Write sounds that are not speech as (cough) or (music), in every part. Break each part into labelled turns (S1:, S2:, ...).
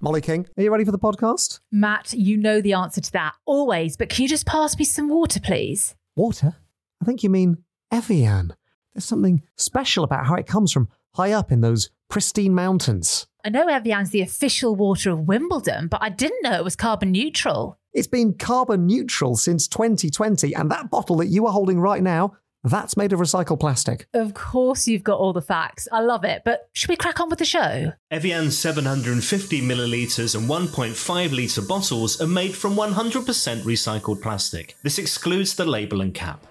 S1: Molly King, are you ready for the podcast?
S2: Matt, you know the answer to that always, but can you just pass me some water, please?
S1: Water? I think you mean Evian. There's something special about how it comes from high up in those pristine mountains.
S2: I know Evian's the official water of Wimbledon, but I didn't know it was carbon neutral.
S1: It's been carbon neutral since 2020, and that bottle that you are holding right now, that's made of recycled plastic.
S2: Of course, you've got all the facts. I love it, but should we crack on with the show?
S3: Evian 750 millilitres and 1.5 litre bottles are made from 100% recycled plastic. This excludes the label and cap.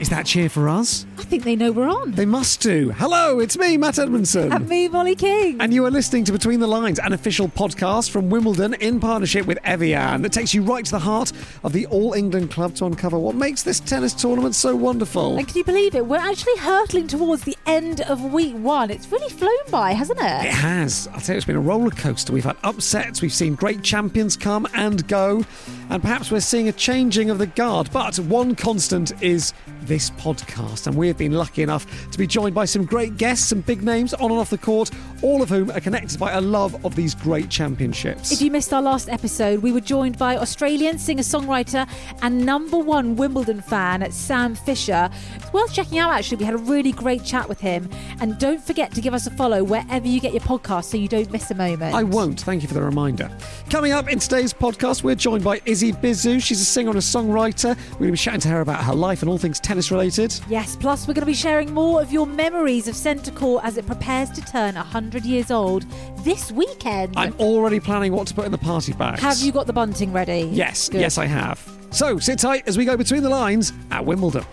S4: Is that cheer for us?
S5: I think they know we're on.
S4: They must do. Hello, it's me, Matt Edmondson.
S5: And me, Molly King.
S4: and you are listening to Between the Lines, an official podcast from Wimbledon in partnership with Evian that takes you right to the heart of the All England club to uncover what makes this tennis tournament so wonderful.
S5: And can you believe it? We're actually hurtling towards the end of week one. It's really flown by, hasn't
S4: It
S5: it?
S4: has. I'll tell you, it's been a roller coaster. We've had upsets, we've seen great champions come and go, and perhaps we're seeing a changing of the guard. But one constant is this podcast, and we have been lucky enough to be joined by some great guests, some big names on and off the court, all of whom are connected by a love of these great championships.
S5: If you missed our last episode, we were joined by Australian singer songwriter and number one Wimbledon fan, Sam Fisher. It's worth checking out, actually. We had a really great chat with him. And don't forget to give us a follow wherever you get your podcast so you don't miss a moment.
S4: I won't. Thank you for the reminder. Coming up in today's podcast, we're joined by Izzy Bizu. She's a singer and a songwriter. We're going to be chatting to her about her life and all things tennis related.
S5: Yes, plus we're going to be sharing more of your memories of Centre Court as it prepares to turn 100 years old this weekend.
S4: I'm already planning what to put in the party bags.
S5: Have you got the bunting ready?
S4: Yes,
S5: Good.
S4: yes, I have. So sit tight as we go between the lines at Wimbledon.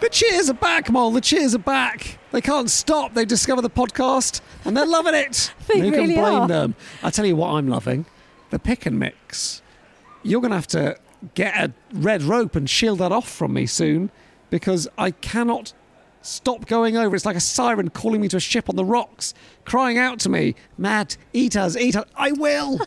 S4: The cheers are back, Mol. The cheers are back. They can't stop. They discover the podcast and they're loving it.
S5: (laughs) They
S4: Who
S5: really
S4: can blame
S5: are.
S4: them? I tell you what, I'm loving the pick and mix. You're going to have to get a red rope and shield that off from me soon because I cannot stop going over. It's like a siren calling me to a ship on the rocks, crying out to me, Matt, eat us, eat us. I will.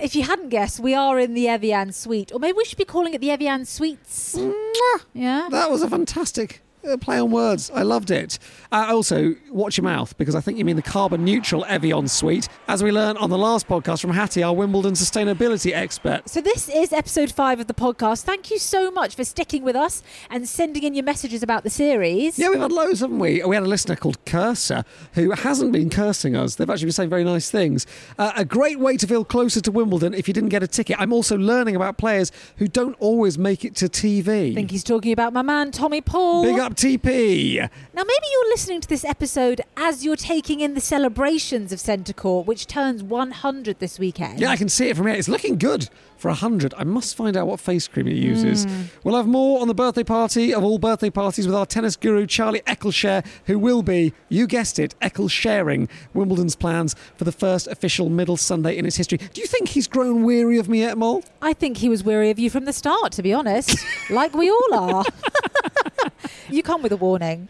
S5: If you hadn't guessed, we are in the Evian Suite, or maybe we should be calling it the Evian Suites.
S4: Mm-hmm.
S5: Yeah.
S4: that was a fantastic uh, play on words. I loved it. Uh, also, watch your mouth because I think you mean the carbon neutral Evian suite, as we learned on the last podcast from Hattie, our Wimbledon sustainability expert.
S5: So this is episode five of the podcast. Thank you so much for sticking with us and sending in your messages about the series.
S4: Yeah, we've had loads, haven't we? We had a listener called Cursor who hasn't been cursing us. They've actually been saying very nice things. Uh, a great way to feel closer to Wimbledon if you didn't get a ticket. I'm also learning about players who don't always make it to TV.
S5: I think he's talking about my man Tommy Paul.
S4: Big up TP.
S5: Now, maybe you're listening to this episode as you're taking in the celebrations of Centre Court, which turns 100 this weekend.
S4: Yeah, I can see it from here. It's looking good for 100. I must find out what face cream he uses. We'll have more on the birthday party of all birthday parties with our tennis guru, Charlie Eccleshare, who will be, you guessed it, Ecclesharing Wimbledon's plans for the first official middle Sunday in its history. Do you think he's grown weary of me yet, Mol?
S5: I think he was weary of you from the start, to
S4: (laughs)
S5: be honest, like we all are. (laughs) you come with a warning.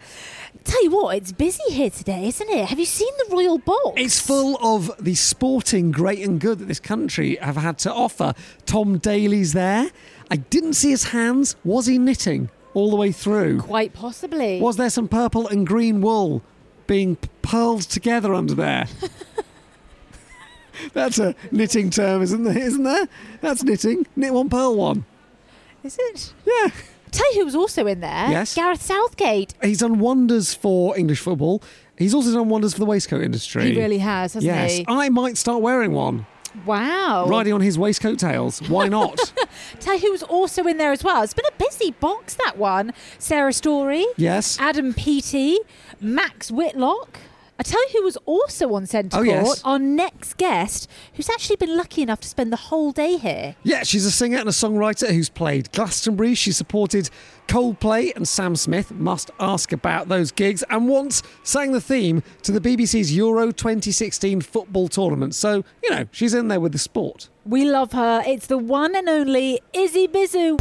S5: Tell you what, it's busy here today, isn't it? Have you seen the royal box?
S4: It's full of the sporting great and good that this country have had to offer. Tom Daly's there. I didn't see his hands. Was he knitting all the way through?
S5: Quite possibly.
S4: Was there some purple and green wool being p- pearled together under there? (laughs) That's a knitting term, isn't there? Isn't there? That's knitting. Knit one, pearl one.
S5: Is it?
S4: Yeah.
S5: Tell you who was also in there.
S4: Yes.
S5: Gareth Southgate.
S4: He's done wonders for English football. He's also done wonders for the waistcoat industry.
S5: He really has, hasn't
S4: Yes. Oh.
S5: he? Oh.
S4: I might start wearing one,
S5: Wow.
S4: riding on his waistcoat tails. Why
S5: (laughs)
S4: not?
S5: Tell you who was also in there as well. It's been a busy box, that one. Sarah Story.
S4: yes.
S5: Adam Peaty, Max Whitlock. I tell you who was also on Centre
S4: Oh,
S5: Court,
S4: yes.
S5: our next guest, who's actually been lucky enough to spend the whole day here.
S4: Yeah, she's a singer and a songwriter who's played Glastonbury. She supported Coldplay and Sam Smith. Must ask about those gigs. And once sang the theme to the BBC's Euro 2016 football tournament. So, you know, she's in there with the sport.
S5: We love her. It's the one and only Izzy Bizu.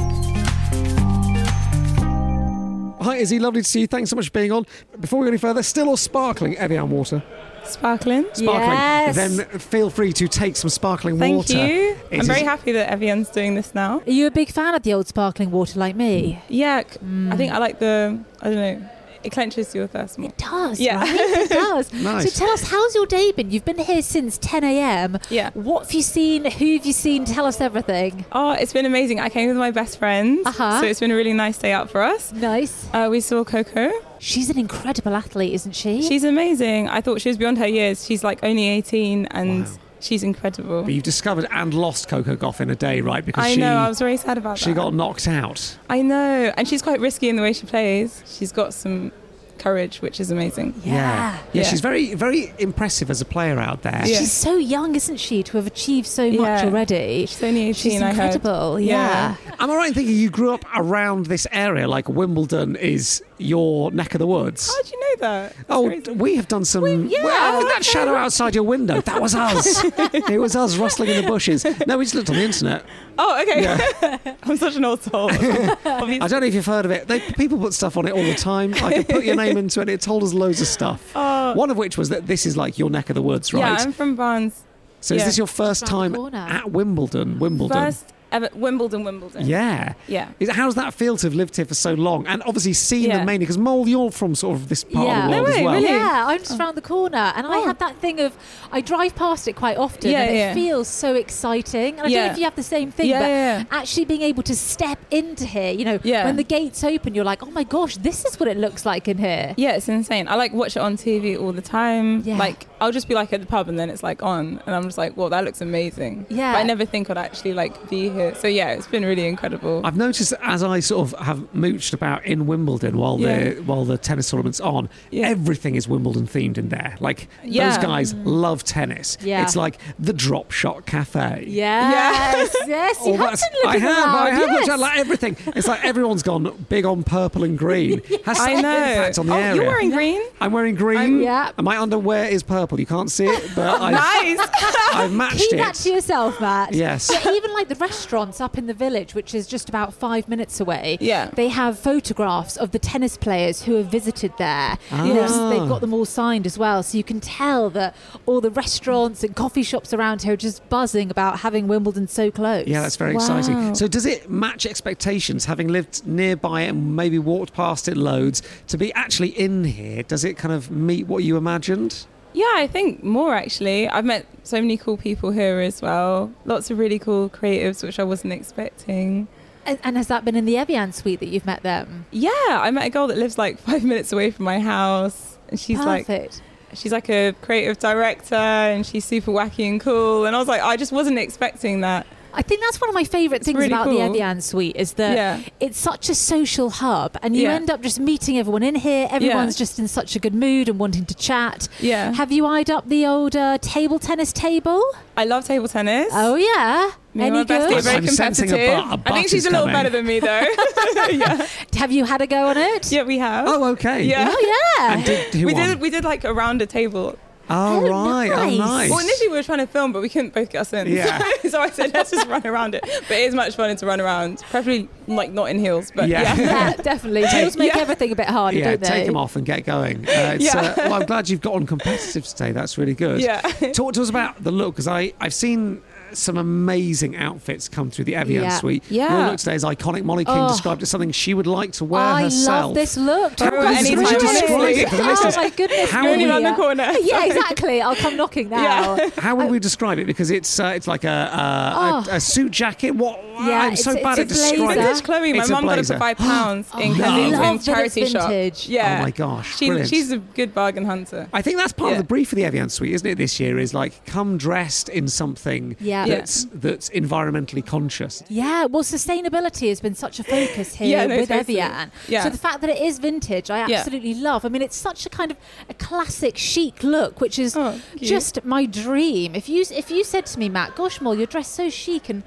S4: Hi, Izzy. Lovely to see you. Thanks so much for being on. Before we go any further, still or sparkling Evian water?
S6: Sparkling.
S4: Sparkling.
S5: Yes.
S4: Then feel free to take some sparkling
S6: Thank
S4: water.
S6: you.
S4: It
S6: I'm
S4: is-
S6: very happy that Evian's doing this now.
S5: Are you a big fan of the old sparkling water like me?
S6: Yeah, c- I think I like the. I don't know. It clenches your thirst more.
S5: It does.
S6: Yeah.
S5: right? (laughs) It does.
S4: Nice.
S5: So tell us, how's your day been? You've been here since 10 a.m.
S6: (laughs) Yeah.
S5: What have you seen? Who have you seen? Tell us everything.
S6: Oh, it's been amazing. I came with my best friends,
S5: Uh-huh.
S6: so it's been a really nice day out for us.
S5: Nice.
S6: Uh, we saw Coco.
S5: She's an incredible athlete, isn't she?
S6: She's amazing. I thought she was beyond her years. She's like only 18, and
S4: Wow.
S6: she's incredible.
S4: But you've discovered and lost Coco Goff in a day, right? Because
S6: I
S4: she
S6: know. I was very sad about
S4: she
S6: that.
S4: got knocked out.
S6: I know, and she's quite risky in the way she plays. She's got some courage, which is amazing.
S5: yeah.
S4: yeah.
S6: Yeah.
S4: she's very very impressive as a player out there.
S6: Yeah.
S5: She's so young, isn't she, to have achieved so much
S6: Yeah.
S5: already?
S6: She's only 18.
S5: She's
S6: I heard.
S5: incredible. Yeah.
S6: Yeah.
S4: Am I right in thinking you grew up around this area? Like Wimbledon is your neck of the woods.
S6: How do you know that? Oh, That's
S4: Oh,
S6: crazy.
S4: we have done some.
S6: yeah,
S4: well,
S6: okay.
S4: that shadow outside your window, that was us. it was us rustling in the bushes. No, we just looked on the internet.
S6: oh, okay.
S4: Yeah.
S6: (laughs) I'm such an
S4: (laughs)
S6: old soul. Obviously.
S4: I don't know if you've heard of it. They, people put stuff on it all the time. I could put your name into it. It told us loads of stuff.
S6: Oh.
S4: One of which was that this is like your neck of the woods, right?
S6: Yeah, I'm from Barnes.
S4: so is
S6: yeah.
S4: this your first
S5: Just round
S4: time
S5: the corner.
S4: at Wimbledon? Wimbledon.
S6: First ever Wimbledon, Wimbledon.
S4: Yeah.
S6: Yeah.
S4: Is, how does that feel to have lived here for so long and obviously seen
S6: Yeah.
S4: them mainly? Because Mole, you're from sort of this part
S5: Yeah.
S4: of the
S5: No
S4: world as
S6: way,
S4: well.
S6: really? Oh.
S5: Yeah, I'm just round the corner, and I have that thing of I drive past it quite often,
S6: Yeah,
S5: and it
S6: yeah.
S5: feels so exciting. And I don't know
S6: Yeah.
S5: if you have the same thing,
S6: Yeah,
S5: but
S6: yeah.
S5: actually being able to step into here, you know,
S6: Yeah.
S5: when the gates open, you're like, oh my gosh, this is what it looks like in here.
S6: Yeah, it's insane. I like watch it on TV all the time.
S5: Yeah.
S6: Like I'll just be like at the pub and then it's like on and I'm just like, "Wow, that looks amazing."
S5: Yeah.
S6: But I never think I'd actually like be here. So yeah, it's been really incredible.
S4: I've noticed that as I sort of have mooched about in Wimbledon while
S6: Yeah.
S4: the while the tennis tournament's on,
S6: Yeah.
S4: everything is Wimbledon themed in there. Like
S6: Yeah.
S4: those guys love tennis.
S5: Yeah.
S4: It's like the Drop Shot Cafe.
S5: Yes, (laughs) yes, you
S4: All
S5: have
S4: Oh, that's-
S5: been looking
S4: I have,
S5: around.
S4: I have
S5: yes.
S4: looked at like everything. It's like everyone's gone big on purple and
S6: (laughs)
S4: green. Has such
S6: I
S4: an
S6: know.
S4: impact on the
S6: oh,
S4: area.
S6: you're wearing green?
S4: I'm wearing green.
S6: I'm-
S5: Yeah.
S4: And my underwear is purple. You can't see it,
S6: (laughs)
S4: but I've,
S6: Nice.
S5: (laughs)
S4: I've matched
S5: Keep
S4: it.
S5: that to yourself, Matt.
S4: Yes.
S5: But even like the restaurants up in the village, which is just about five minutes away,
S6: Yeah.
S5: they have photographs of the tennis players who have visited there. You know, so
S4: Ah.
S5: they've got them all signed as well. So you can tell that all the restaurants and coffee shops around here are just buzzing about having Wimbledon so close.
S4: Yeah, that's very
S6: Wow.
S4: exciting. So, does it match expectations, having lived nearby it and maybe walked past it loads, to be actually in here? Does it kind of meet what you imagined?
S6: Yeah, I think more actually. I've met so many cool people here as well. Lots of really cool creatives, which I wasn't expecting.
S5: And, and has that been in the Evian suite that you've met them?
S6: Yeah, I met a girl that lives like (laughs) five minutes away from my house, and she's like,
S5: Perfect.
S6: she's like a creative director, and she's super wacky and cool. And I was like, I just wasn't expecting that.
S5: I think that's one of my favourite
S6: It's
S5: things
S6: really
S5: about the
S6: cool.
S5: Evian suite is that
S6: Yeah.
S5: it's such a social hub and you
S6: Yeah.
S5: end up just meeting everyone in here. Everyone's just in such a good mood and wanting to chat.
S6: Yeah.
S5: Have you eyed up the old uh, table tennis table?
S6: I love table tennis.
S5: Oh, yeah.
S6: Me and
S5: Any
S6: my bestie are
S5: good?
S6: very
S4: I'm sensing a
S6: competitive.
S4: butt- a
S6: I
S4: butt
S6: think she's
S4: is
S6: a little
S4: coming.
S6: better than me though. (laughs)
S4: (laughs)
S6: yeah.
S5: Have you had a go on it?
S6: yeah, we have.
S4: Oh, okay.
S6: Yeah.
S5: Oh, yeah.
S4: And did, who
S6: we
S4: won?
S6: did. We did like around a table.
S4: oh,
S5: Oh,
S4: right. Oh,
S5: nice.
S4: nice.
S6: Well, initially we were trying to film, but we couldn't both get us in.
S4: Yeah.
S6: (laughs) so I said, let's just run around it. But it is much funner to run around, preferably like not in heels. But
S4: Yeah. (laughs)
S6: yeah,
S5: yeah,
S6: (laughs)
S5: definitely. Tables make
S6: Yeah.
S5: everything a bit harder,
S4: yeah,
S5: don't they?
S4: take them off and get going. Uh, it's,
S6: Yeah.
S4: uh, well, I'm glad you've got on competitive today. That's really good.
S6: Yeah.
S4: (laughs) Talk to us about the look because I I've seen uh, some amazing outfits come through the Evian
S5: Yeah.
S4: suite.
S6: Yeah.
S4: Your look today is iconic. Molly King
S5: Oh.
S4: described it as something she would like to wear
S5: I
S4: herself.
S5: love this look.
S4: How
S6: Or
S4: would
S6: any
S4: you
S6: time,
S4: describe
S6: honestly.
S4: it for the
S5: oh
S4: listeners?
S5: my goodness!
S4: How
S5: me.
S4: would we-
S6: Around the corner.
S5: (laughs) Yeah, exactly. I'll come knocking now.
S6: (laughs) Yeah.
S4: How would we describe it? Because it's uh, it's like a uh, a, a suit jacket. What?
S5: Oh. Yeah,
S4: I'm so
S5: it's-
S4: bad
S5: it's
S4: at
S5: a
S4: describing.
S5: blazer.
S6: vintage Chloe. My
S4: It's a
S6: mum got it
S4: blazer.
S6: for
S5: (gasps)
S6: five pounds in
S4: Oh, I
S6: Kensington's
S5: love that
S6: charity
S5: it's
S6: shop.
S5: vintage.
S6: Yeah.
S4: Oh my gosh,
S6: She,
S4: brilliant.
S6: she's a good bargain hunter.
S4: I think that's part of
S6: Yeah.
S4: the brief of the Evian Suite, isn't it? This year is like come dressed in something
S5: Yeah. Yeah.
S4: that's that's environmentally conscious.
S5: Yeah, well, sustainability has been such a focus here
S6: (laughs) Yeah, no,
S5: with
S6: totally.
S5: Evian.
S6: Yeah.
S5: So the fact that it is vintage, I
S6: Yeah.
S5: absolutely love. I mean, it's such a kind of a classic chic look, which is
S6: Oh, cute.
S5: just my dream. If you s- if you said to me, Matt, gosh, Mol, you're dressed so chic and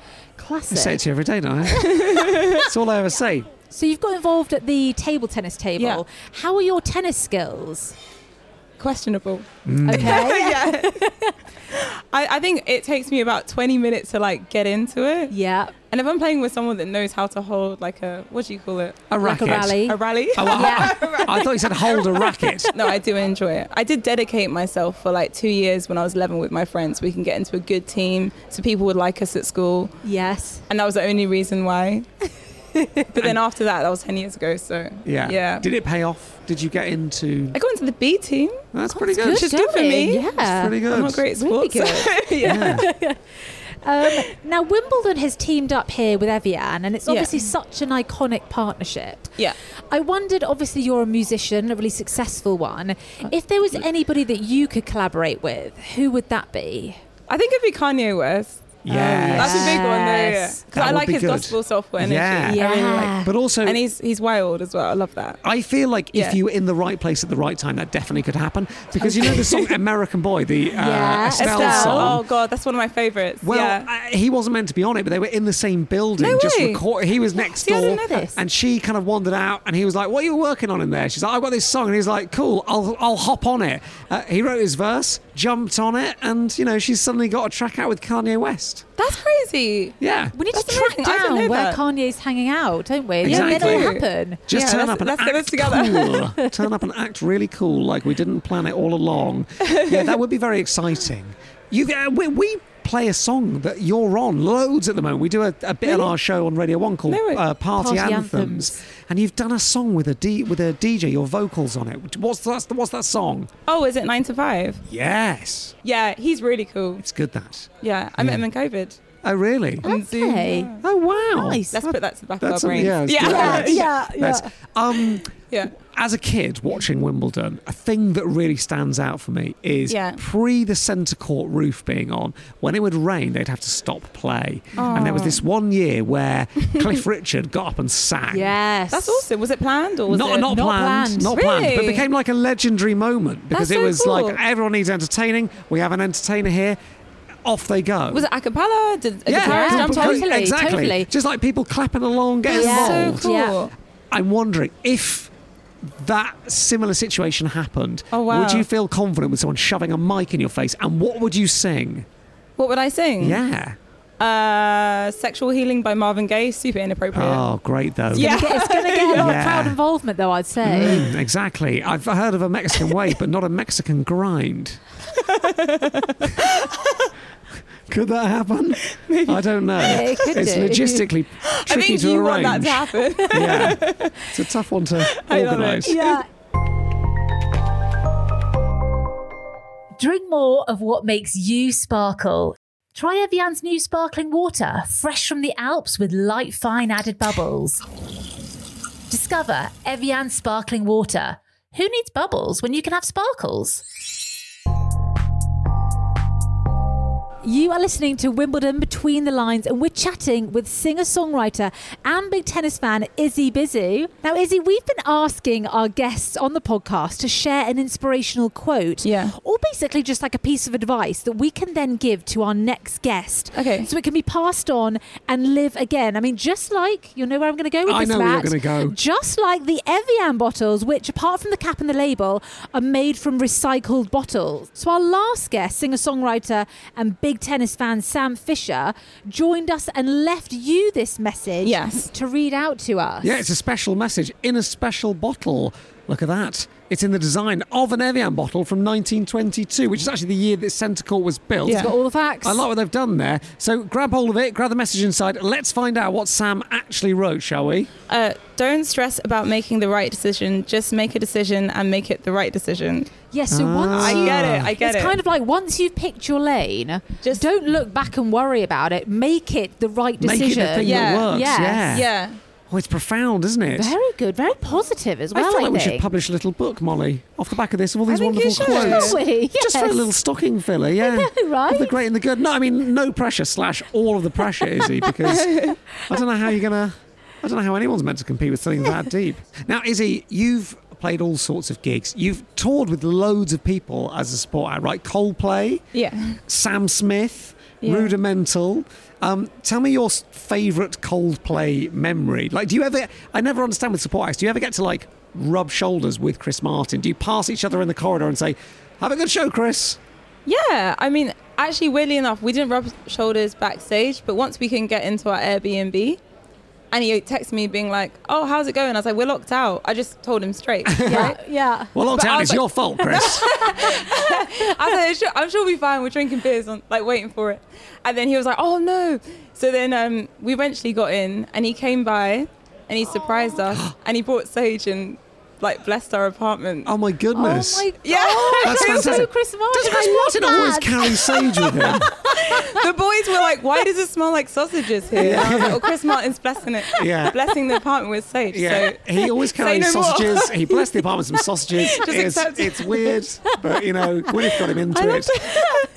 S4: I say
S5: classic.
S4: it to you every day, don't I?
S5: (laughs)
S4: That's all I ever say.
S5: So you've got involved at the table tennis table.
S6: Yeah. (laughs)
S5: How are your tennis skills?
S6: questionable.
S5: Okay.
S6: yeah. I, I think it takes me about 20 minutes to like get into it.
S5: yeah.
S6: And if I'm playing with someone that knows how to hold like a, what do you call it?
S4: A
S5: Like a
S4: racket.
S5: rally.
S6: A (laughs) rally.
S4: Oh, I-
S5: Yeah.
S4: I thought you said hold a racket.
S6: no, I do enjoy it. I did dedicate myself for like two years when I was 11 with my friends. We can get into a good team, so people would like us at school,
S5: Yes.
S6: and that was the only reason
S4: (laughs)
S6: why. but then after that, that was 10 years ago. So
S4: Yeah.
S6: yeah.
S4: Did it pay off? Did you get into?
S6: I got into the B team.
S4: That's pretty good.
S6: Which is good for
S5: going.
S6: me.
S5: Yeah.
S4: That's pretty good.
S6: I'm not great at
S5: Really
S6: sports. yeah.
S5: Um, now, Wimbledon has teamed up here with Evian, and it's
S6: Yeah.
S5: obviously such an iconic partnership.
S6: (laughs) Yeah.
S5: I wondered, obviously, you're a musician, a really successful one.
S6: Uh,
S5: If there was anybody that you could collaborate with, who would that be?
S6: I think it'd be Kanye West.
S4: Yes.
S6: That's a big one, though. Yeah.
S5: Yes.
S6: 'Cause
S4: That
S6: I
S4: would
S6: like
S4: be
S6: his
S4: good.
S6: gospel software energy.
S4: Yeah.
S6: I really like
S5: Yeah.
S4: But also,
S6: and he's he's wild as well. I love that.
S4: I feel like
S6: Yeah.
S4: if you were in the right place at the right time, that definitely could happen. Because you know the
S6: (laughs)
S4: song "American Boy," the uh,
S5: Yeah.
S4: Estelle,
S5: Estelle.
S4: song.
S6: Oh god, that's one of my favorites.
S4: Well,
S6: yeah.
S4: uh, he wasn't meant to be on it, but they were in the same building.
S6: No
S4: just
S6: way.
S4: record- He was next
S5: See, I
S4: door,
S5: didn't know this.
S4: and she kind of wandered out, and he was like, "What are you working on in there?" She's like, "I've got this song," and he's like, "Cool, I'll I'll hop on it." Uh, he wrote his verse, jumped on it, and you know she's suddenly got a track out with Kanye West.
S6: that's crazy.
S4: Yeah,
S5: We need
S6: That's
S5: to track
S6: amazing. I didn't
S5: down
S6: know
S5: where
S6: that.
S5: Kanye's hanging out, don't we?
S4: Yeah,
S5: Then it'll
S4: Exactly.
S5: happen.
S4: Just
S6: Yeah,
S4: turn
S6: let's-
S4: up and
S6: let's
S4: act
S6: get this together. (laughs)
S4: cool. turn up and act really cool, like we didn't plan it all along. Yeah, that would be very exciting. You, uh, we, we play a song that you're on loads at the moment. We do a, a bit on our show on Radio One called
S6: No, it-
S4: uh, Party,
S5: Party
S4: Anthems.
S5: Anthems.
S4: and you've done a song with a D, with a DJ, your vocals on it. What's that? What's that song?
S6: Oh, is it nine to five?
S4: Yes,
S6: Yeah, he's really cool.
S4: it's good. That.
S6: Yeah, I met him in COVID.
S4: Oh really?
S6: On Zoom.
S5: Okay.
S6: Yeah.
S4: Oh wow.
S5: Nice.
S6: Let's put that to the back
S4: That's
S6: of our brains.
S4: yeah, it's good.
S6: yeah.
S4: That's-
S5: yeah,
S4: that's- Um,
S6: (laughs) Yeah.
S4: as a kid watching Wimbledon, a thing that really stands out for me is
S6: Yeah.
S4: pre the centre court roof being on, when it would rain, they'd have to stop play. And there was this one year where (laughs) Cliff Richard got up and sang.
S5: Yes.
S6: That's awesome. Was it planned or was
S4: Not,
S6: it
S4: not, planned,
S5: planned.
S4: not planned, but
S6: Really?
S4: became like a legendary moment because
S6: That's
S4: it
S6: so
S4: was
S6: cool.
S4: like everyone needs entertaining. We have an entertainer here. Off they go.
S6: Was it a cappella? Did a guitarist
S5: yeah,
S6: jump
S5: because-
S6: on?
S5: totally,
S4: exactly.
S5: totally.
S4: Just like people clapping along, getting
S5: Yeah.
S4: involved.
S6: So cool.
S5: Yeah.
S4: I'm wondering if that similar situation happened.
S6: Oh, wow.
S4: Would you feel confident with someone shoving a mic in your face? And what would you sing?
S6: What would I sing?
S4: Yeah.
S6: Uh, Sexual Healing by Marvin Gaye. Super inappropriate.
S4: Oh, great though.
S6: (laughs) Yeah.
S5: It's going to get a lot
S4: Yeah.
S5: of crowd involvement, though, I'd say.
S4: Mm, exactly. I've heard of a Mexican wave, but not a Mexican grind. (laughs) Could that happen? I don't know.
S5: it could
S4: it's
S5: do.
S4: logistically
S6: I
S4: tricky
S6: think
S4: to
S6: you
S4: arrange.
S6: want that to happen.
S4: (laughs) yeah, it's a tough one to
S6: (laughs) I love it.
S4: organise.
S5: Yeah.
S2: Drink more of what makes you sparkle. Try Evian's new sparkling water, fresh from the Alps with light, fine added bubbles. Discover Evian sparkling water. Who needs bubbles when you can have sparkles?
S5: You are listening to Wimbledon Between the Lines, and we're chatting with singer songwriter and big tennis fan Izzy Bizzu. Now, Izzy, we've been asking our guests on the podcast to share an inspirational quote,
S6: Yeah.
S5: or basically just like a piece of advice that we can then give to our next guest.
S6: Okay.
S5: So it can be passed on and live again. I mean, just like, you know where I'm going to go with
S4: I
S5: this,
S4: know where you're
S5: Matt?
S4: gonna go.
S5: Just like the Evian bottles, which, apart from the cap and the label, are made from recycled bottles. So, our last guest, singer songwriter and big tennis fan Sam Fisher, joined us and left you this message
S6: Yes.
S5: to read out to us.
S4: Yeah, it's a special message in a special bottle. Look at that. It's in the design of an Evian bottle from 1922, which is actually the year that Centre Court was built.
S6: Yeah.
S5: Got all the facts.
S4: I like what they've done there. So grab hold of it, grab the message inside. Let's find out what Sam actually wrote, shall we?
S6: (laughs) Uh, don't stress about making the right decision. Just make a decision and make it the right decision.
S5: Yes, so once
S6: Ah. I
S4: Ah.
S5: you-
S6: get it. I get
S5: it's
S6: it.
S5: kind of like once you've picked your lane, just
S6: Just-
S5: don't look back and worry about it. Make it the right
S4: Make it the
S5: decision.
S4: thing
S6: Yeah.
S4: that works.
S5: Yes.
S4: Yeah.
S6: yeah.
S4: Oh, it's profound, isn't it?
S5: Very good, very positive as
S4: I
S5: well.
S4: feel like we should
S5: think.
S4: publish a little book, Molly, off the back of this, of all these
S6: think you
S4: wonderful
S6: should.
S4: quotes.
S5: Shall we?
S4: Just for a
S5: Yes.
S4: little stocking filler, yeah.
S5: know, right?
S4: Of The great and the good. No, I mean no pressure slash all of the pressure, Izzy,
S5: (laughs)
S4: because I don't know how you're gonna. I don't know how anyone's meant to compete with something that deep. Now, Izzy, you've played all sorts of gigs. You've toured with loads of people as a support act, right? Coldplay,
S6: Yeah.
S4: Sam Smith.
S6: Yeah.
S4: rudimental. Um, tell me your s- favourite Coldplay memory. Like, do you ever? I never understand with support acts. Do you ever get to like rub shoulders with Chris Martin? Do you pass each other in the corridor and say, "Have a good show, Chris"?
S6: Yeah, I mean, actually, weirdly enough, we didn't rub shoulders backstage, but once we can get into our Airbnb, and he texted me being like, "Oh, how's it going?" I was like, "We're locked out." I just told him straight.
S5: Yeah,
S6: right?
S5: yeah.
S4: Well,
S6: But I
S4: lockdown
S6: was
S4: is
S6: like-
S4: your fault,
S5: (laughs)
S4: Chris.
S6: I was like, "Sure- I'm sure we'll be fine. We're drinking beers, on, like waiting for it. And then he was like, oh no. So then um, we eventually got in and he came by and he surprised us and he brought Sage and like blessed our apartment.
S4: oh my goodness.
S5: Oh my (laughs)
S6: Yeah. (laughs)
S4: That's
S5: God,
S4: fantastic.
S5: so Chris Martin.
S4: Does Chris
S5: I love
S4: Martin always
S5: that.
S4: carry sage with him?
S6: the boys were like, why does it smell like sausages here? And I was like, well, Chris Martin's blessing it.
S4: Yeah.
S6: Blessing the apartment with Sage.
S4: Yeah,
S6: So
S4: he
S6: (laughs)
S4: always carries
S6: no more.
S4: sausages. He blessed the apartment with some sausages.
S6: (laughs)
S4: it's,
S6: accept it.
S4: it's weird, but you know, Gwyneth got him
S6: (laughs)
S4: into it,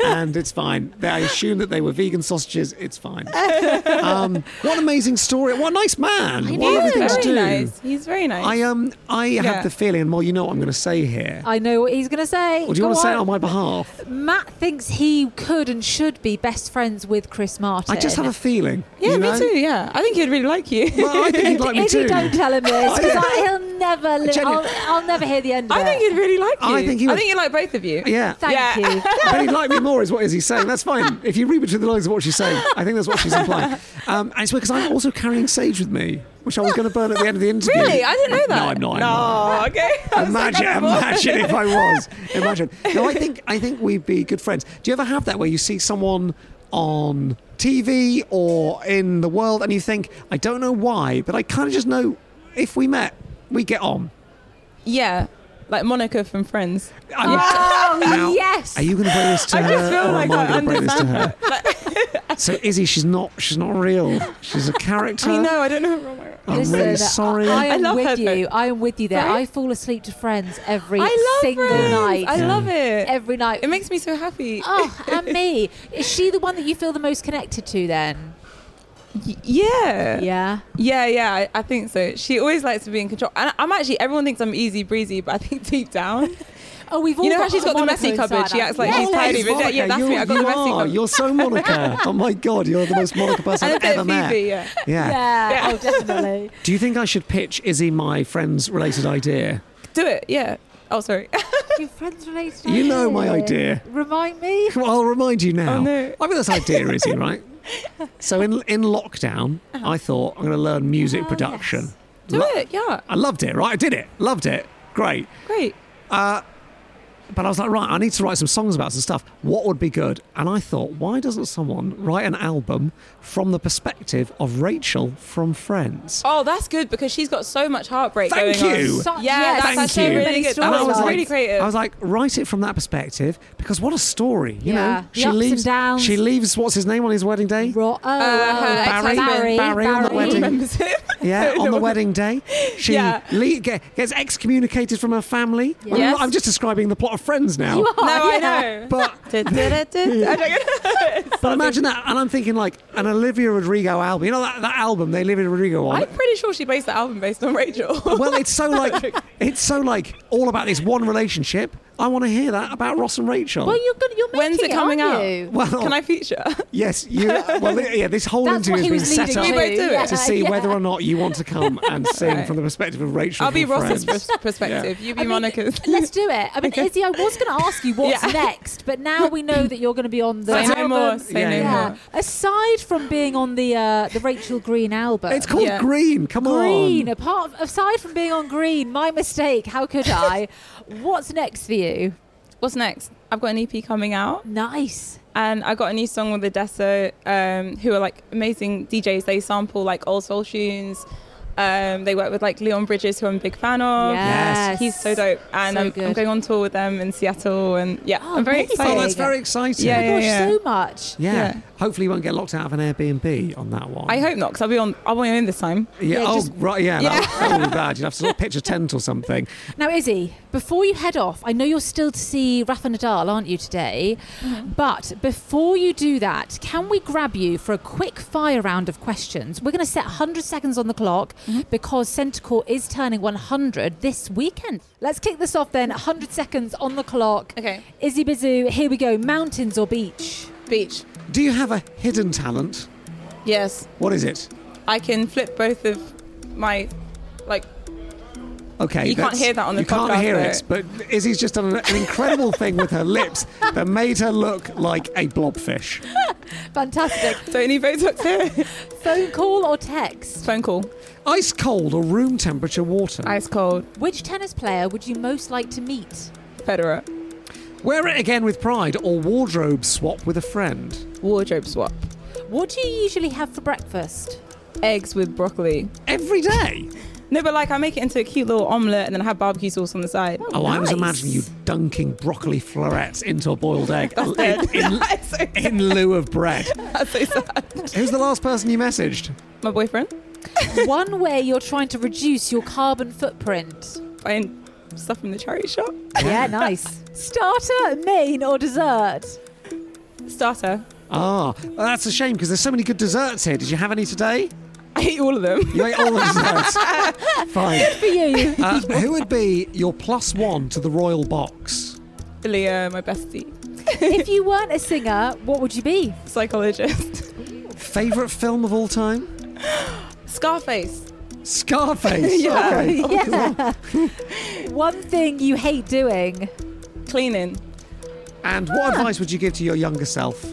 S4: and it's fine. I assume that they were vegan sausages. It's fine.
S6: (laughs)
S4: Um, what an amazing story! What a nice man! what
S6: he's
S4: other things
S6: very
S4: to do?
S6: nice. He's very nice.
S4: I um, I
S6: Yeah. Oh,
S4: have the feeling, and well, you know what I'm going to say here.
S5: I know what he's going to say.
S4: Or do you
S5: Go
S4: want to say it
S5: on.
S4: on my behalf?
S5: Matt thinks he could and should be best friends with Chris Martin.
S4: I just have a feeling.
S6: yeah,
S4: you
S6: me
S4: know?
S6: too. Yeah. I think he'd really like you. (laughs)
S4: Well, I think he'd like me
S5: if
S4: too.
S5: you don't tell him this,
S4: (laughs) I don't-
S5: because he'll never, li- I'll,
S4: Genuine-
S5: I'll never hear the end of
S6: I
S5: it.
S6: think he'd really like you.
S4: I think he
S6: I
S4: would-
S6: think he'd like both of you. (laughs)
S4: Yeah.
S5: Thank
S6: Yeah.
S5: you.
S4: but he'd like me more is what is he saying? That's fine. If you read between the lines of what she's saying, I think that's what she's implying. Um, and it's because I'm also carrying sage with me, which I was going to burn at the end of the interview.
S6: Really? I didn't know that.
S4: No, I'm not. I'm
S6: no,
S4: not.
S6: okay. (laughs) I was like,
S4: Imagine,
S6: I'm not.
S4: imagine (laughs) if I was.
S6: (laughs)
S4: Imagine. No, I think I think we'd be good friends. Do you ever have that where you see someone on TV or in the world and you think, I don't know why, but I kind of just know if we met, we get on.
S6: Yeah, like Monica from Friends.
S4: I'm-
S5: Oh,
S6: (laughs)
S4: Now,
S5: yes.
S4: Are you going to bring this to
S6: I
S4: her?
S6: just feel
S4: or
S6: like
S4: am I
S6: I
S4: going to bring this to her?
S6: understand
S4: so Izzy, she's not. She's not real. She's a character.
S6: I know. I don't know. who am I-
S4: I'm
S5: Listen,
S4: really sorry.
S5: I, I am
S6: I love
S5: with
S6: her, though.
S5: you. I am with you there.
S6: Right?
S5: I fall asleep to friends every
S6: I love
S5: single
S6: Friends.
S5: night.
S6: I love it.
S5: every night.
S6: It makes me so happy.
S5: oh, and
S6: (laughs)
S5: me. Is she the one that you feel the most connected to then?
S6: Y- yeah.
S5: Yeah.
S6: Yeah, yeah, I, I think so. She always likes to be in control. And I'm actually, everyone thinks I'm easy breezy, but I think (laughs)
S4: (laughs)
S6: deep down,
S5: Oh, we've all
S6: you know
S5: got
S6: how she's got the
S5: Monica
S6: messy
S5: inside
S6: cupboard. She
S5: us.
S6: acts like
S5: Yeah.
S6: she's tidy, but yeah,
S4: Monica,
S6: yeah, that's
S4: you're-
S6: me. I got the
S4: you
S6: messy
S4: are.
S6: cupboard.
S4: You're so Monica. oh my god, you're the most Monica person
S6: and a
S4: I've
S6: bit
S4: ever
S6: of
S4: met.
S6: Phoebe, yeah.
S4: Yeah.
S5: Yeah.
S6: Yeah.
S5: Oh,
S6: (laughs)
S5: definitely.
S4: Do you think I should pitch Izzy my friend's related idea?
S6: Do it, yeah. Oh, sorry. (laughs)
S5: Your friends related.
S4: You know my
S5: idea.
S4: idea.
S5: Remind me.
S4: Well, I'll remind you now.
S6: Oh, no.
S4: I've got this idea, Izzy. Right. So in in lockdown, I thought I'm going to learn music
S5: Ah,
S4: production.
S5: yes.
S6: Uh-huh. Do
S4: Lo-
S6: it, yeah.
S4: I loved it. Right. I did it. Loved it. Great.
S6: Great.
S4: But I was like, right, I need to write some songs about some stuff. What would be good? And I thought, why doesn't someone write an album from the perspective of Rachel from Friends?
S6: Oh, that's good because she's got so much heartbreak
S4: Thank
S6: going on.
S4: you.
S5: Such-
S6: Yeah,
S5: yes,
S6: that's
S4: Thank
S6: actually
S4: you.
S6: really good.
S5: Many
S6: That was
S5: storylines.
S6: really creative.
S4: I was like, write it from that perspective because what a story, you
S5: Yeah.
S4: know.
S5: The ups and
S4: leaves.
S5: downs.
S4: She leaves. What's his name on his wedding day?
S5: Ro- oh,
S6: Uh, her
S5: Barry,
S6: ex-husband.
S5: Barry,
S4: Barry on the wedding. (laughs)
S6: (laughs) remembers it.
S4: Yeah, on the
S5: (laughs)
S4: wedding day, she
S6: Yeah.
S4: le- ge- gets excommunicated from her family. I mean,
S6: Yes.
S4: I'm just describing the plot of Friends now.
S5: (laughs)
S6: No, I
S5: yeah. (laughs)
S6: know.
S4: But
S6: I don't-
S4: but imagine that, and I'm thinking like an Olivia Rodrigo album. You know that, that album they Olivia Rodrigo on.
S6: I'm pretty sure she based the album based on Rachel.
S4: well, it's so
S6: (laughs)
S4: like it's so like all about this one relationship. I want to hear that about Ross and Rachel.
S5: Well, you're good. You're making
S6: When's it coming
S5: aren't
S6: out?
S5: you?
S4: (laughs) Well,
S6: Can I feature?
S4: Yes, you. Well, th- yeah, this whole
S5: That's what
S4: interview
S5: he
S4: has
S5: was
S4: been set
S5: leading
S4: up
S6: We both do it.
S5: Yeah.
S4: to see whether or not you want to come
S6: (laughs)
S4: and sing from the perspective of Rachel.
S6: I'll be
S4: from
S6: Ross's
S4: Friends.
S6: pers- perspective. You be
S5: I mean, (laughs)
S6: Monica's.
S5: Let's do it. I mean, Izzy, I was going to ask you what's
S6: (laughs) Yeah.
S5: next, but now we know that you're going to be on the.
S6: (laughs) Say no
S5: album.
S6: more. Say
S4: Yeah,
S6: no
S4: yeah.
S5: Yeah.
S6: more.
S5: Aside from being on the uh, the Rachel Green album,
S4: It's called
S6: Yeah.
S4: Green. Come
S5: Green.
S4: on. Oh,
S5: Apart aside from being on Green, my mistake. How could
S6: (laughs)
S5: I? what's next for you?
S6: What's next? I've got an EP coming out,
S5: Nice.
S6: and I got a new song with Odessa, um, who are like amazing DJs. They sample like old soul tunes. Um, they work with like Leon Bridges, who I'm a big fan of.
S5: Yes.
S6: He's so dope, and
S5: So
S6: I'm, I'm
S5: good.
S6: going on tour with them in Seattle, and yeah,
S5: Oh,
S6: I'm very
S5: amazing.
S6: excited.
S4: Oh, that's very exciting.
S6: Yeah, yeah.
S5: Gosh, so much.
S4: Yeah.
S6: Yeah.
S4: Hopefully, you won't get locked out of an Airbnb on that one.
S6: I hope not, because I'll be on. I'll be on this time.
S4: Yeah.
S5: Yeah,
S4: oh,
S5: just-
S4: right. Yeah. That, that would be bad. You'd have to sort of pitch a tent or something.
S5: Now, Izzy, before you head off, I know you're still to see Rafa Nadal, aren't you, today? But before you do that, can we grab you for a quick fire round of questions? We're going to set 100 seconds on the clock because Centrecourt is turning 100 this weekend. Let's kick this off then. 100 seconds on the clock.
S6: Okay.
S5: Izzy Bizou, here we go. Mountains or beach?
S6: Speech.
S4: Do you have a hidden talent?
S6: Yes.
S4: What is it?
S6: I can flip both of my, like,
S4: Okay,
S6: You can't
S4: that's-
S6: hear that on the
S4: you can't
S6: podcast,
S4: hear
S6: though.
S4: it, but Izzy's just done an, an incredible thing with her
S6: (laughs)
S4: lips that made her look like a blobfish.
S5: Fantastic.
S6: don't need Botox here.
S5: (laughs)
S6: (laughs)
S5: Phone call or text?
S6: Phone call.
S4: Ice cold or room temperature water?
S6: Ice cold.
S5: Which tennis player would you most like to meet?
S6: Federer.
S4: Wear it again with pride or wardrobe swap with a friend.
S6: Wardrobe swap.
S5: What do you usually have for breakfast?
S6: Eggs with broccoli.
S4: Every day.
S6: No, but like I make it into a cute little omelette and then I have barbecue sauce on the side.
S4: Oh, I was
S5: Nice.
S4: imagining you dunking broccoli florets into a boiled egg in, in,
S6: (laughs) That's so,
S4: in lieu of bread.
S6: that's so sad.
S4: Who's the last person you messaged?
S6: My boyfriend
S5: One way you're trying to reduce your carbon footprint.
S6: buying stuff from the charity shop.
S5: Yeah, nice. Starter, main, or dessert?
S6: Starter.
S4: Ah, well, that's a shame because there's so many good desserts here. Did you have any today?
S6: (laughs) I eat all of them.
S4: You ate all the desserts.
S6: (laughs)
S4: Fine.
S5: For (laughs) you.
S4: Uh, who would be your plus one to the royal box?
S6: Leah, my bestie,
S5: if you weren't a singer, what would you be?
S6: psychologist. (laughs)
S4: Favorite film of all time?
S6: Scarface.
S4: Scarface.
S6: Yeah.
S4: Okay.
S5: (laughs) yeah. One thing you hate doing.
S6: Cleaning.
S4: And what advice would you give to your younger self?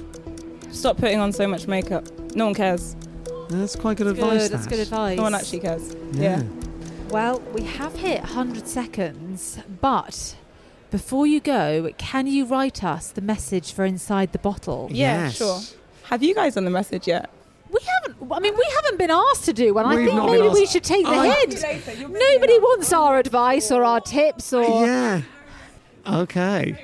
S6: Stop putting on so much makeup. No one cares.
S4: That's quite good advice.
S5: that's
S4: that.
S5: good advice.
S6: No one actually cares. Yeah.
S5: Well, we have hit 100 seconds, but before you go, can you write us the message for Inside the Bottle?
S6: Yeah,
S4: Yes.
S6: sure. Have you guys done the message yet?
S5: We haven't, I mean, we haven't been asked to do one. I
S4: We've
S5: think
S4: not been
S5: maybe we
S4: asked.
S5: should take the
S4: I-
S5: hint. Nobody wants our advice or our tips or.
S4: Yeah. Okay.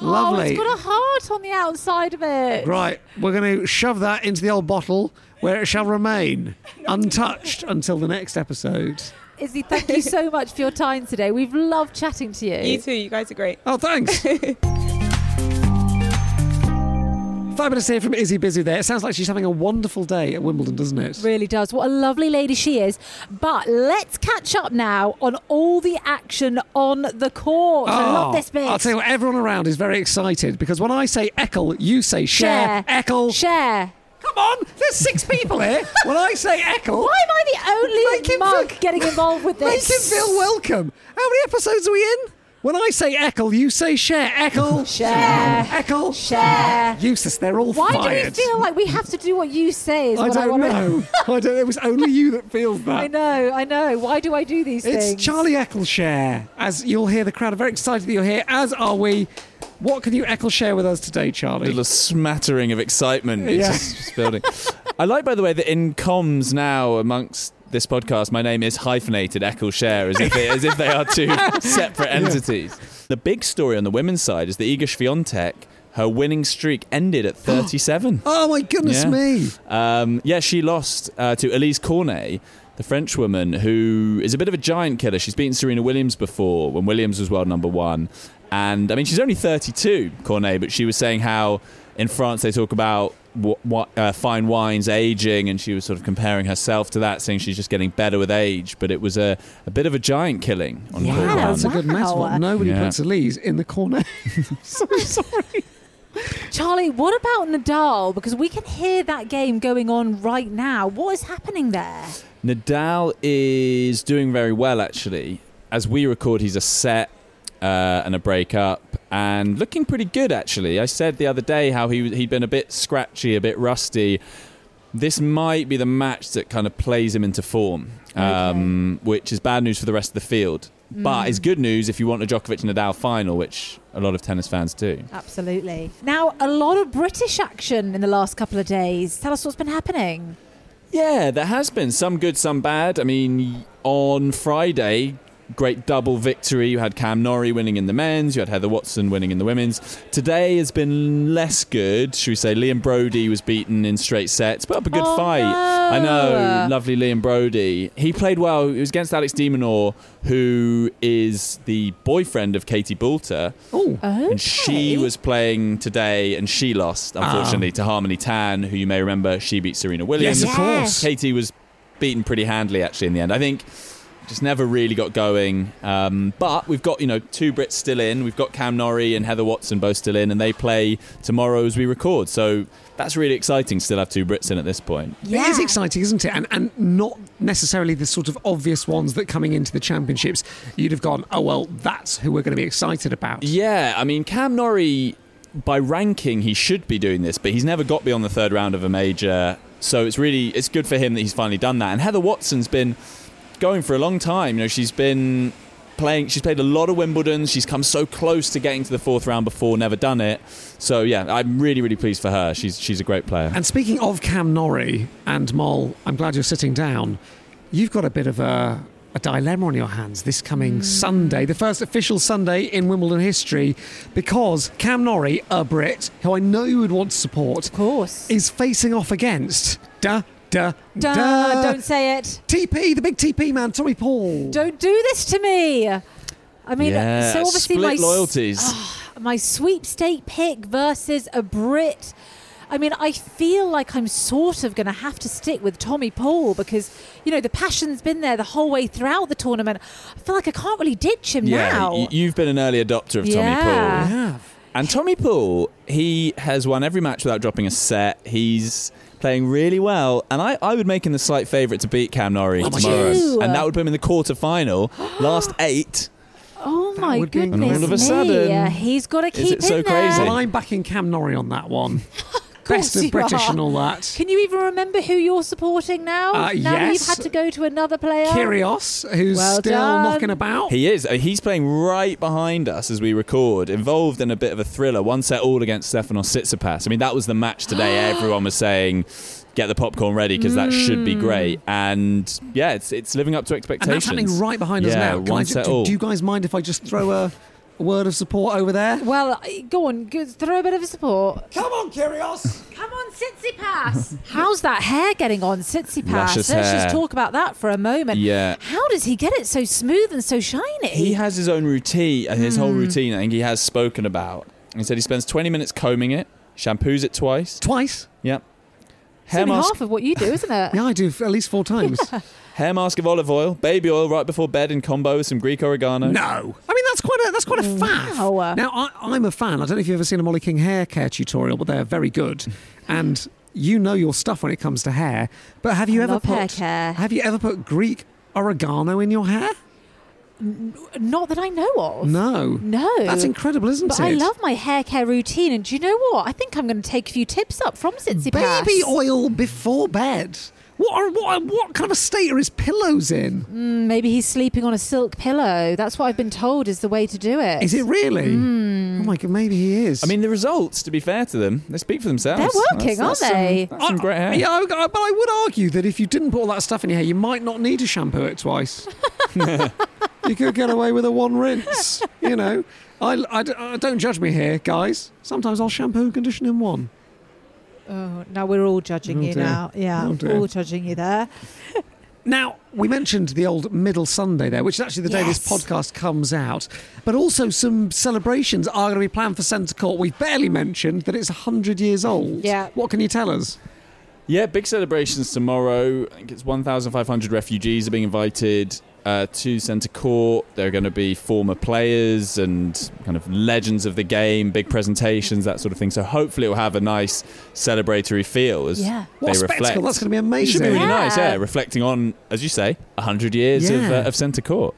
S5: Oh,
S4: Lovely.
S5: it's got a heart on the outside of it.
S4: Right, we're going to shove that into the old bottle where it shall remain untouched until the next episode.
S5: Izzy, thank you so much for your time today. We've loved chatting to you.
S6: You too. You guys are great.
S4: Oh,
S5: (laughs)
S4: thanks. Fabulous here from Izzy Busy there. It sounds like she's having a wonderful day at Wimbledon, doesn't it?
S5: Really does. What a lovely lady she is. But let's catch up now on all the action on the court. I love this bit.
S4: will Oh, tell you what, everyone around is very excited because when I say eckle, you say share.
S5: Share.
S4: Eckle.
S5: Share.
S4: Come on, there's six people
S5: (laughs)
S4: here. when I say eckle,
S5: Why am I
S4: Make
S5: the only
S4: him
S5: mug
S4: feel-
S5: getting involved with
S4: make
S5: this?
S4: him feel welcome. How many episodes are we in? When I say eckle, you say share. Eckle.
S5: (laughs) Share.
S4: Eckle.
S5: Share.
S4: Useless, they're all
S5: Why do we
S4: fired.
S5: feel like we have to do what you say? Is
S4: I
S5: what I
S4: don't
S5: want to.
S4: know. I don't. It was only you that feels that.
S5: (laughs) I know. I know. Why do I do these
S4: It's
S5: things?
S4: Charlie Eccleshare. As you'll hear, the crowd are very excited that you're here, as are we. What can you Eccleshare with us today, Charlie?
S7: little smattering of excitement it's
S4: Yeah.
S7: just, just building. I like, by the way, that in comms now amongst this podcast, my name is hyphenated Eccleshare, as if they, as if they
S4: (laughs)
S7: are two separate entities. The big story on the women's side is that Iga Swiatek, her winning streak ended
S4: (gasps)
S7: at 37.
S4: Oh my goodness
S7: Yeah.
S4: me!
S7: Um, yeah, she lost uh, to Elise Cornet, the French woman who is a bit of a giant killer. She's beaten Serena Williams before when Williams was world number one. And I mean, she's only 32, Cornet, but she was saying how in France they talk about what, what, uh, fine wines aging, and she was sort of comparing herself to that, saying she's just getting better with age. But it was a, a bit of a giant killing on
S4: Wow,
S7: court one.
S4: that's a good
S5: Wow.
S4: metaphor. Nobody
S7: Yeah.
S4: puts Elise in the corner. so sorry.
S5: Charlie, what about Nadal? Because we can hear that game going on right now. What is happening there?
S7: Nadal is doing very well, actually. As we record, he's a set uh, and a break up, and looking pretty good, actually. I said the other day how he he'd been a bit scratchy, a bit rusty. This might be the match that kind of plays him into form, um, which is bad news for the rest of the field, but is good news if you want a Djokovic Nadal final, which a lot of tennis fans do.
S5: Absolutely. Now, a lot of British action in the last couple of days. Tell us what's been happening.
S7: Yeah, there has been some good, some bad. I mean, on Friday, great double victory. You had Cam Norrie winning in the men's, you had Heather Watson winning in the women's. Today has been less good, should we say? Liam Brody was beaten in straight sets, but up a good
S5: Oh,
S7: fight.
S5: no.
S7: I know, lovely Liam Brody. He played well. It was against Alex Demonor, who is the boyfriend of Katie Boulter.
S4: Oh,
S7: And she was playing today, and she lost,
S4: Ah.
S7: unfortunately, to Harmony Tan, who you may remember she beat Serena Williams.
S4: yes, of course.
S7: Katie was beaten pretty handily, actually, in the end. I think Just never really got going. Um, but we've got, you know, two Brits still in. We've got Cam Norrie and Heather Watson both still in, and they play tomorrow as we record. So that's really exciting. Still have two Brits in at this point.
S4: It is exciting, isn't it? And and not necessarily the sort of obvious ones that coming into the championships you'd have gone, oh well, that's who we're going to be excited about.
S7: Yeah, I mean Cam Norrie by ranking he should be doing this, but he's never got beyond the third round of a major. So it's really it's good for him that he's finally done that. And Heather Watson's been going for a long time. You know, she's been playing she's played a lot of Wimbledon. She's come so close to getting to the fourth round before, never done it. So yeah, I'm really, really pleased for her. She's she's a great player.
S4: And speaking of Cam Norrie and Moll, I'm glad you're sitting down. You've got a bit of a, a dilemma on your hands this coming Sunday, the first official Sunday in Wimbledon history, because Cam Norrie, a Brit, who I know you would want to support,
S5: Of course.
S4: is facing off against da da
S5: Duh,
S4: da.
S5: Don't say it.
S4: TP, the big TP man, Tommy Paul.
S5: Don't do this to me. I mean,
S7: yeah,
S5: so obviously
S7: split
S5: my s- Oh,
S7: loyalties.
S5: my sweepstake pick versus a Brit. I mean, I feel like I'm sort of going to have to stick with Tommy Paul because, you know, the passion's been there the whole way throughout the tournament. I feel like I can't really ditch him
S7: yeah,
S5: now.
S7: y- you've been an early adopter of Tommy Paul.
S5: Yeah.
S4: have.
S7: And Tommy Poole, he has won every match without dropping a set. He's playing really well. And I, I would make him the slight favourite to beat Cam Norrie
S4: Would
S7: tomorrow.
S5: you?
S4: Uh.
S7: And that would put him in the
S4: (gasps)
S7: quarter final. Last eight.
S5: oh, my
S4: would be- And
S5: goodness.
S7: all of a
S5: me.
S7: sudden,
S5: Yeah, he's got to keep
S7: is it so
S5: in there.
S7: crazy?
S4: Well, I'm backing Cam Norrie on that
S5: (laughs)
S4: one.
S5: course
S4: Best of
S5: you
S4: British
S5: are.
S4: and all that.
S5: Can you even remember who you're supporting now?
S4: Uh,
S5: now that
S4: yes.
S5: you've had to go to another player?
S4: Kyrgios, who's
S5: Well
S4: still
S5: done.
S4: knocking about.
S7: He is. Uh, He's playing right behind us as we record, involved in a bit of a thriller. One set all against Stefanos Tsitsipas. I mean, that was the match
S4: (gasps)
S7: today. Everyone was saying, get the popcorn ready because that should be great. And yeah, it's, it's living up to
S4: Mm. and that's
S7: expectations.
S4: happening right behind us
S7: Yeah,
S4: now. Can I
S7: one
S4: ju-
S7: set
S4: do,
S7: all.
S4: do you guys mind if I just throw a word of support over
S5: (laughs)
S4: there?
S5: Well, I- go on, go, throw a bit of a support.
S4: Come on, Kyrgios!
S5: Come on, Sitsi Pass. How's that hair getting on, Sitsi Pass?
S7: Luscious
S5: Let's
S7: hair.
S5: just talk about that for a moment.
S7: Yeah.
S5: How does he get it so smooth and so shiny?
S7: he has his own routine, uh, his
S5: Hmm.
S7: whole routine. I think he has spoken about. He said he spends 20 minutes combing it, shampoos it twice.
S4: Twice?
S7: Yep.
S5: it's only
S7: Hair mask,
S5: half of what you do, isn't
S7: (laughs)
S5: it?
S4: Yeah, I do f- at least four
S5: (laughs)
S4: times.
S7: hair mask of olive oil, baby oil right before bed in combo with some Greek oregano.
S4: No, I mean that's quite a that's quite a faff.
S5: Mm, Wow.
S4: Now I, I'm a fan. I don't know if you've ever seen a Molly King hair care tutorial, but they're very
S5: (laughs)
S4: good, and you know your stuff when it comes to hair. But have you
S5: I
S4: ever
S5: love
S4: put
S5: hair care.
S4: have you ever put Greek oregano in your hair?
S5: Not that I know of.
S4: No,
S5: No.
S4: that's incredible, isn't
S5: But
S4: it?
S5: I love my hair care routine, and do you know what? I think I'm going to take a few tips up from Sitsi Pass.
S4: baby oil before bed. What are, what are- what kind of a state are his pillows in?
S5: Mm. Maybe he's sleeping on a silk pillow. That's what I've been told is the way to do it.
S4: Is it really?
S5: Mm.
S4: Oh my god, maybe he is.
S7: I mean, the results, to be fair to them, they speak for themselves.
S5: They're working, aren't
S7: some-
S5: they?
S7: that's some great hair.
S4: Yeah, I- I- but I would argue that if you didn't put all that stuff in your hair, you might not need to shampoo it twice.
S7: (laughs)
S4: you could get away with a one rinse, you know. I, I d- I don't judge me here, guys. Sometimes I'll shampoo and condition in one.
S5: Oh, now we're all judging
S4: Oh
S5: you
S4: dear.
S5: now. Yeah,
S4: Oh dear.
S5: all judging you there.
S4: Now, we mentioned the old Middle Sunday there, which is actually the day this
S5: Yes.
S4: podcast comes out, but also some celebrations are going to be planned for Centre Court. We've barely mentioned that it's 100 years old.
S5: Yeah.
S4: What can you tell us?
S7: Yeah, big celebrations tomorrow. I think it's 1,500 refugees are being invited uh, to Centre Court. There are going to be former players and kind of legends of the game, big presentations, that sort of thing. So hopefully it will have a nice celebratory feel as
S5: Yeah.
S4: What a
S7: they
S4: spectacle.
S7: reflect.
S4: That's going to be
S7: it
S4: amazing.
S7: should be really
S5: Yeah.
S7: nice, yeah. Reflecting on, as you say, 100 years of,
S4: Yeah.
S7: uh, of Centre Court.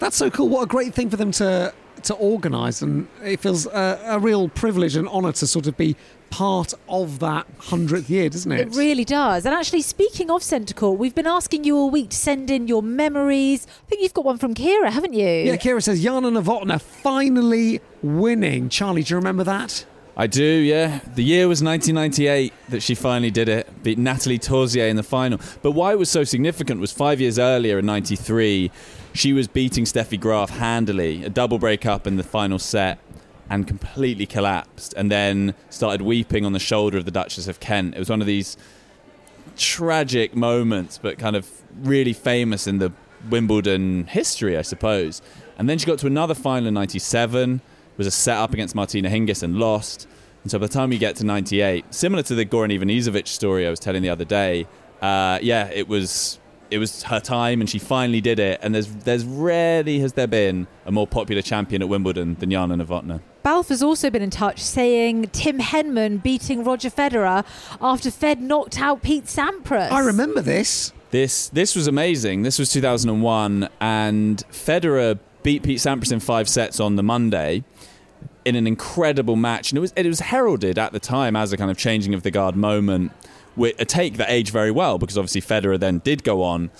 S4: That's so cool. What a great thing for them to to organise, and it feels a, a real privilege and honour to sort of be part of that hundredth year, doesn't it?
S5: It really does. And actually, speaking of Centre Court, we've been asking you all week to send in your memories. I think you've got one from Kira, haven't you?
S4: yeah, Kira says Jana Novotna finally winning. Charlie, do you remember that?
S7: I do, yeah. The year was 1998 that she finally did it, beat Natalie Torzier in the final. But why it was so significant was five years earlier in 93, she was beating Steffi Graf handily, a double break up in the final set, and completely collapsed, and then started weeping on the shoulder of the Duchess of Kent. It was one of these tragic moments, but kind of really famous in the Wimbledon history, I suppose. And then she got to another final in '97, was a set up against Martina Hingis and lost. And so by the time you get to '98, similar to the Goran Ivanisevic story I was telling the other day, uh, yeah, it was it was her time, and she finally did it. And there's there's rarely has there been a more popular champion at Wimbledon than Jana Novotna.
S5: Balf has also been in touch saying Tim Henman beating Roger Federer after Fed knocked out Pete Sampras.
S4: I remember this.
S7: This this was amazing. This was 2001, and Federer beat Pete Sampras in five sets on the Monday in an incredible match, and it was it was heralded at the time as a kind of changing of the guard moment, with a take that aged very well because obviously Federer then did go on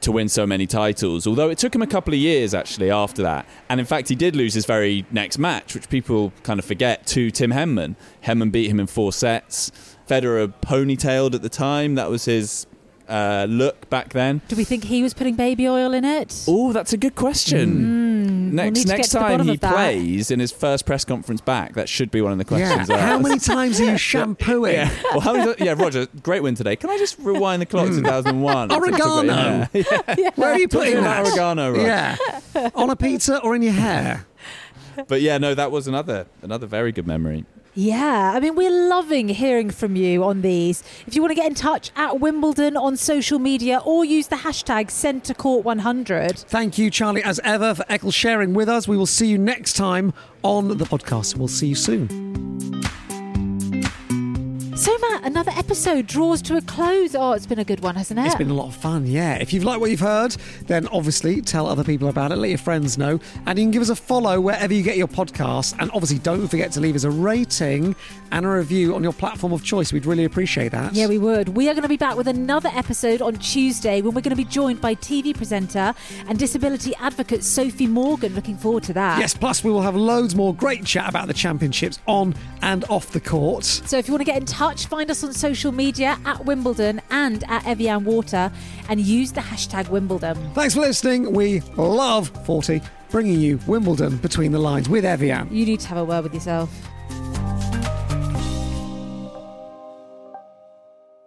S7: to win so many titles. Although it took him a couple of years actually after that, and in fact he did lose his very next match, which people kind of forget to Tim Henman. Henman beat him in four sets. Federer ponytailed at the time. That was his uh, look back then.
S5: Do we think he was putting baby oil in it?
S7: Oh, that's a good question.
S5: Hmm. need
S7: next
S5: to get
S7: next
S5: to the
S7: time
S5: bottom
S7: he
S5: of that.
S7: plays in his first press conference back, that should be one of the
S4: Yeah.
S7: questions. I
S4: How
S7: asked. (laughs)
S4: (laughs) many times are you shampooing?
S7: Yeah. Well, how many, yeah, Roger, great win today. Can I just rewind the clock to 2001?
S4: Hmm. Oregano.
S7: Yeah.
S4: Where are you putting
S7: Talking
S4: that?
S7: about
S4: (laughs)
S7: oregano, right?
S4: Yeah. On a pizza or in your hair?
S7: But yeah, no, that was another another very good memory.
S5: Yeah, I mean, we're loving hearing from you on these. If you want to get in touch at Wimbledon on social media or use the hashtag CentreCourt100.
S4: Thank you, Charlie, as ever, for Eccles sharing with us. We will see you next time on the podcast. We'll see you soon.
S5: So, Matt, another episode draws to a close. Oh, it's been a good one, hasn't it?
S4: It's been a lot of fun, yeah. If you've liked what you've heard, then obviously tell other people about it, let your friends know, and you can give us a follow wherever you get your podcast. And obviously, don't forget to leave us a rating and a review on your platform of choice. We'd really appreciate that.
S5: Yeah, we would. We are going to be back with another episode on Tuesday when we're going to be joined by TV presenter and disability advocate Sophie Morgan. Looking forward to that.
S4: Yes, plus we will have loads more great chat about the championships on and off the court.
S5: So if you want to get in touch, find us on social media at Wimbledon and at Evian Water and use the hashtag Wimbledon.
S4: Thanks for listening. We love 40, bringing you Wimbledon between the lines with Evian.
S5: You need to have a word with yourself.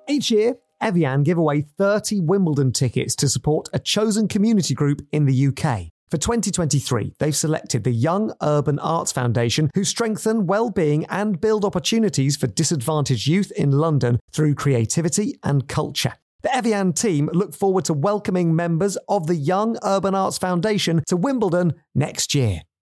S1: Each year, Evian give away 30 Wimbledon tickets to support a chosen community group in the UK. For 2023, they've selected the Young Urban Arts Foundation, who strengthen well-being and build opportunities for disadvantaged youth in London through creativity and culture. The Evian team look forward to welcoming members of the Young Urban Arts Foundation to Wimbledon next year.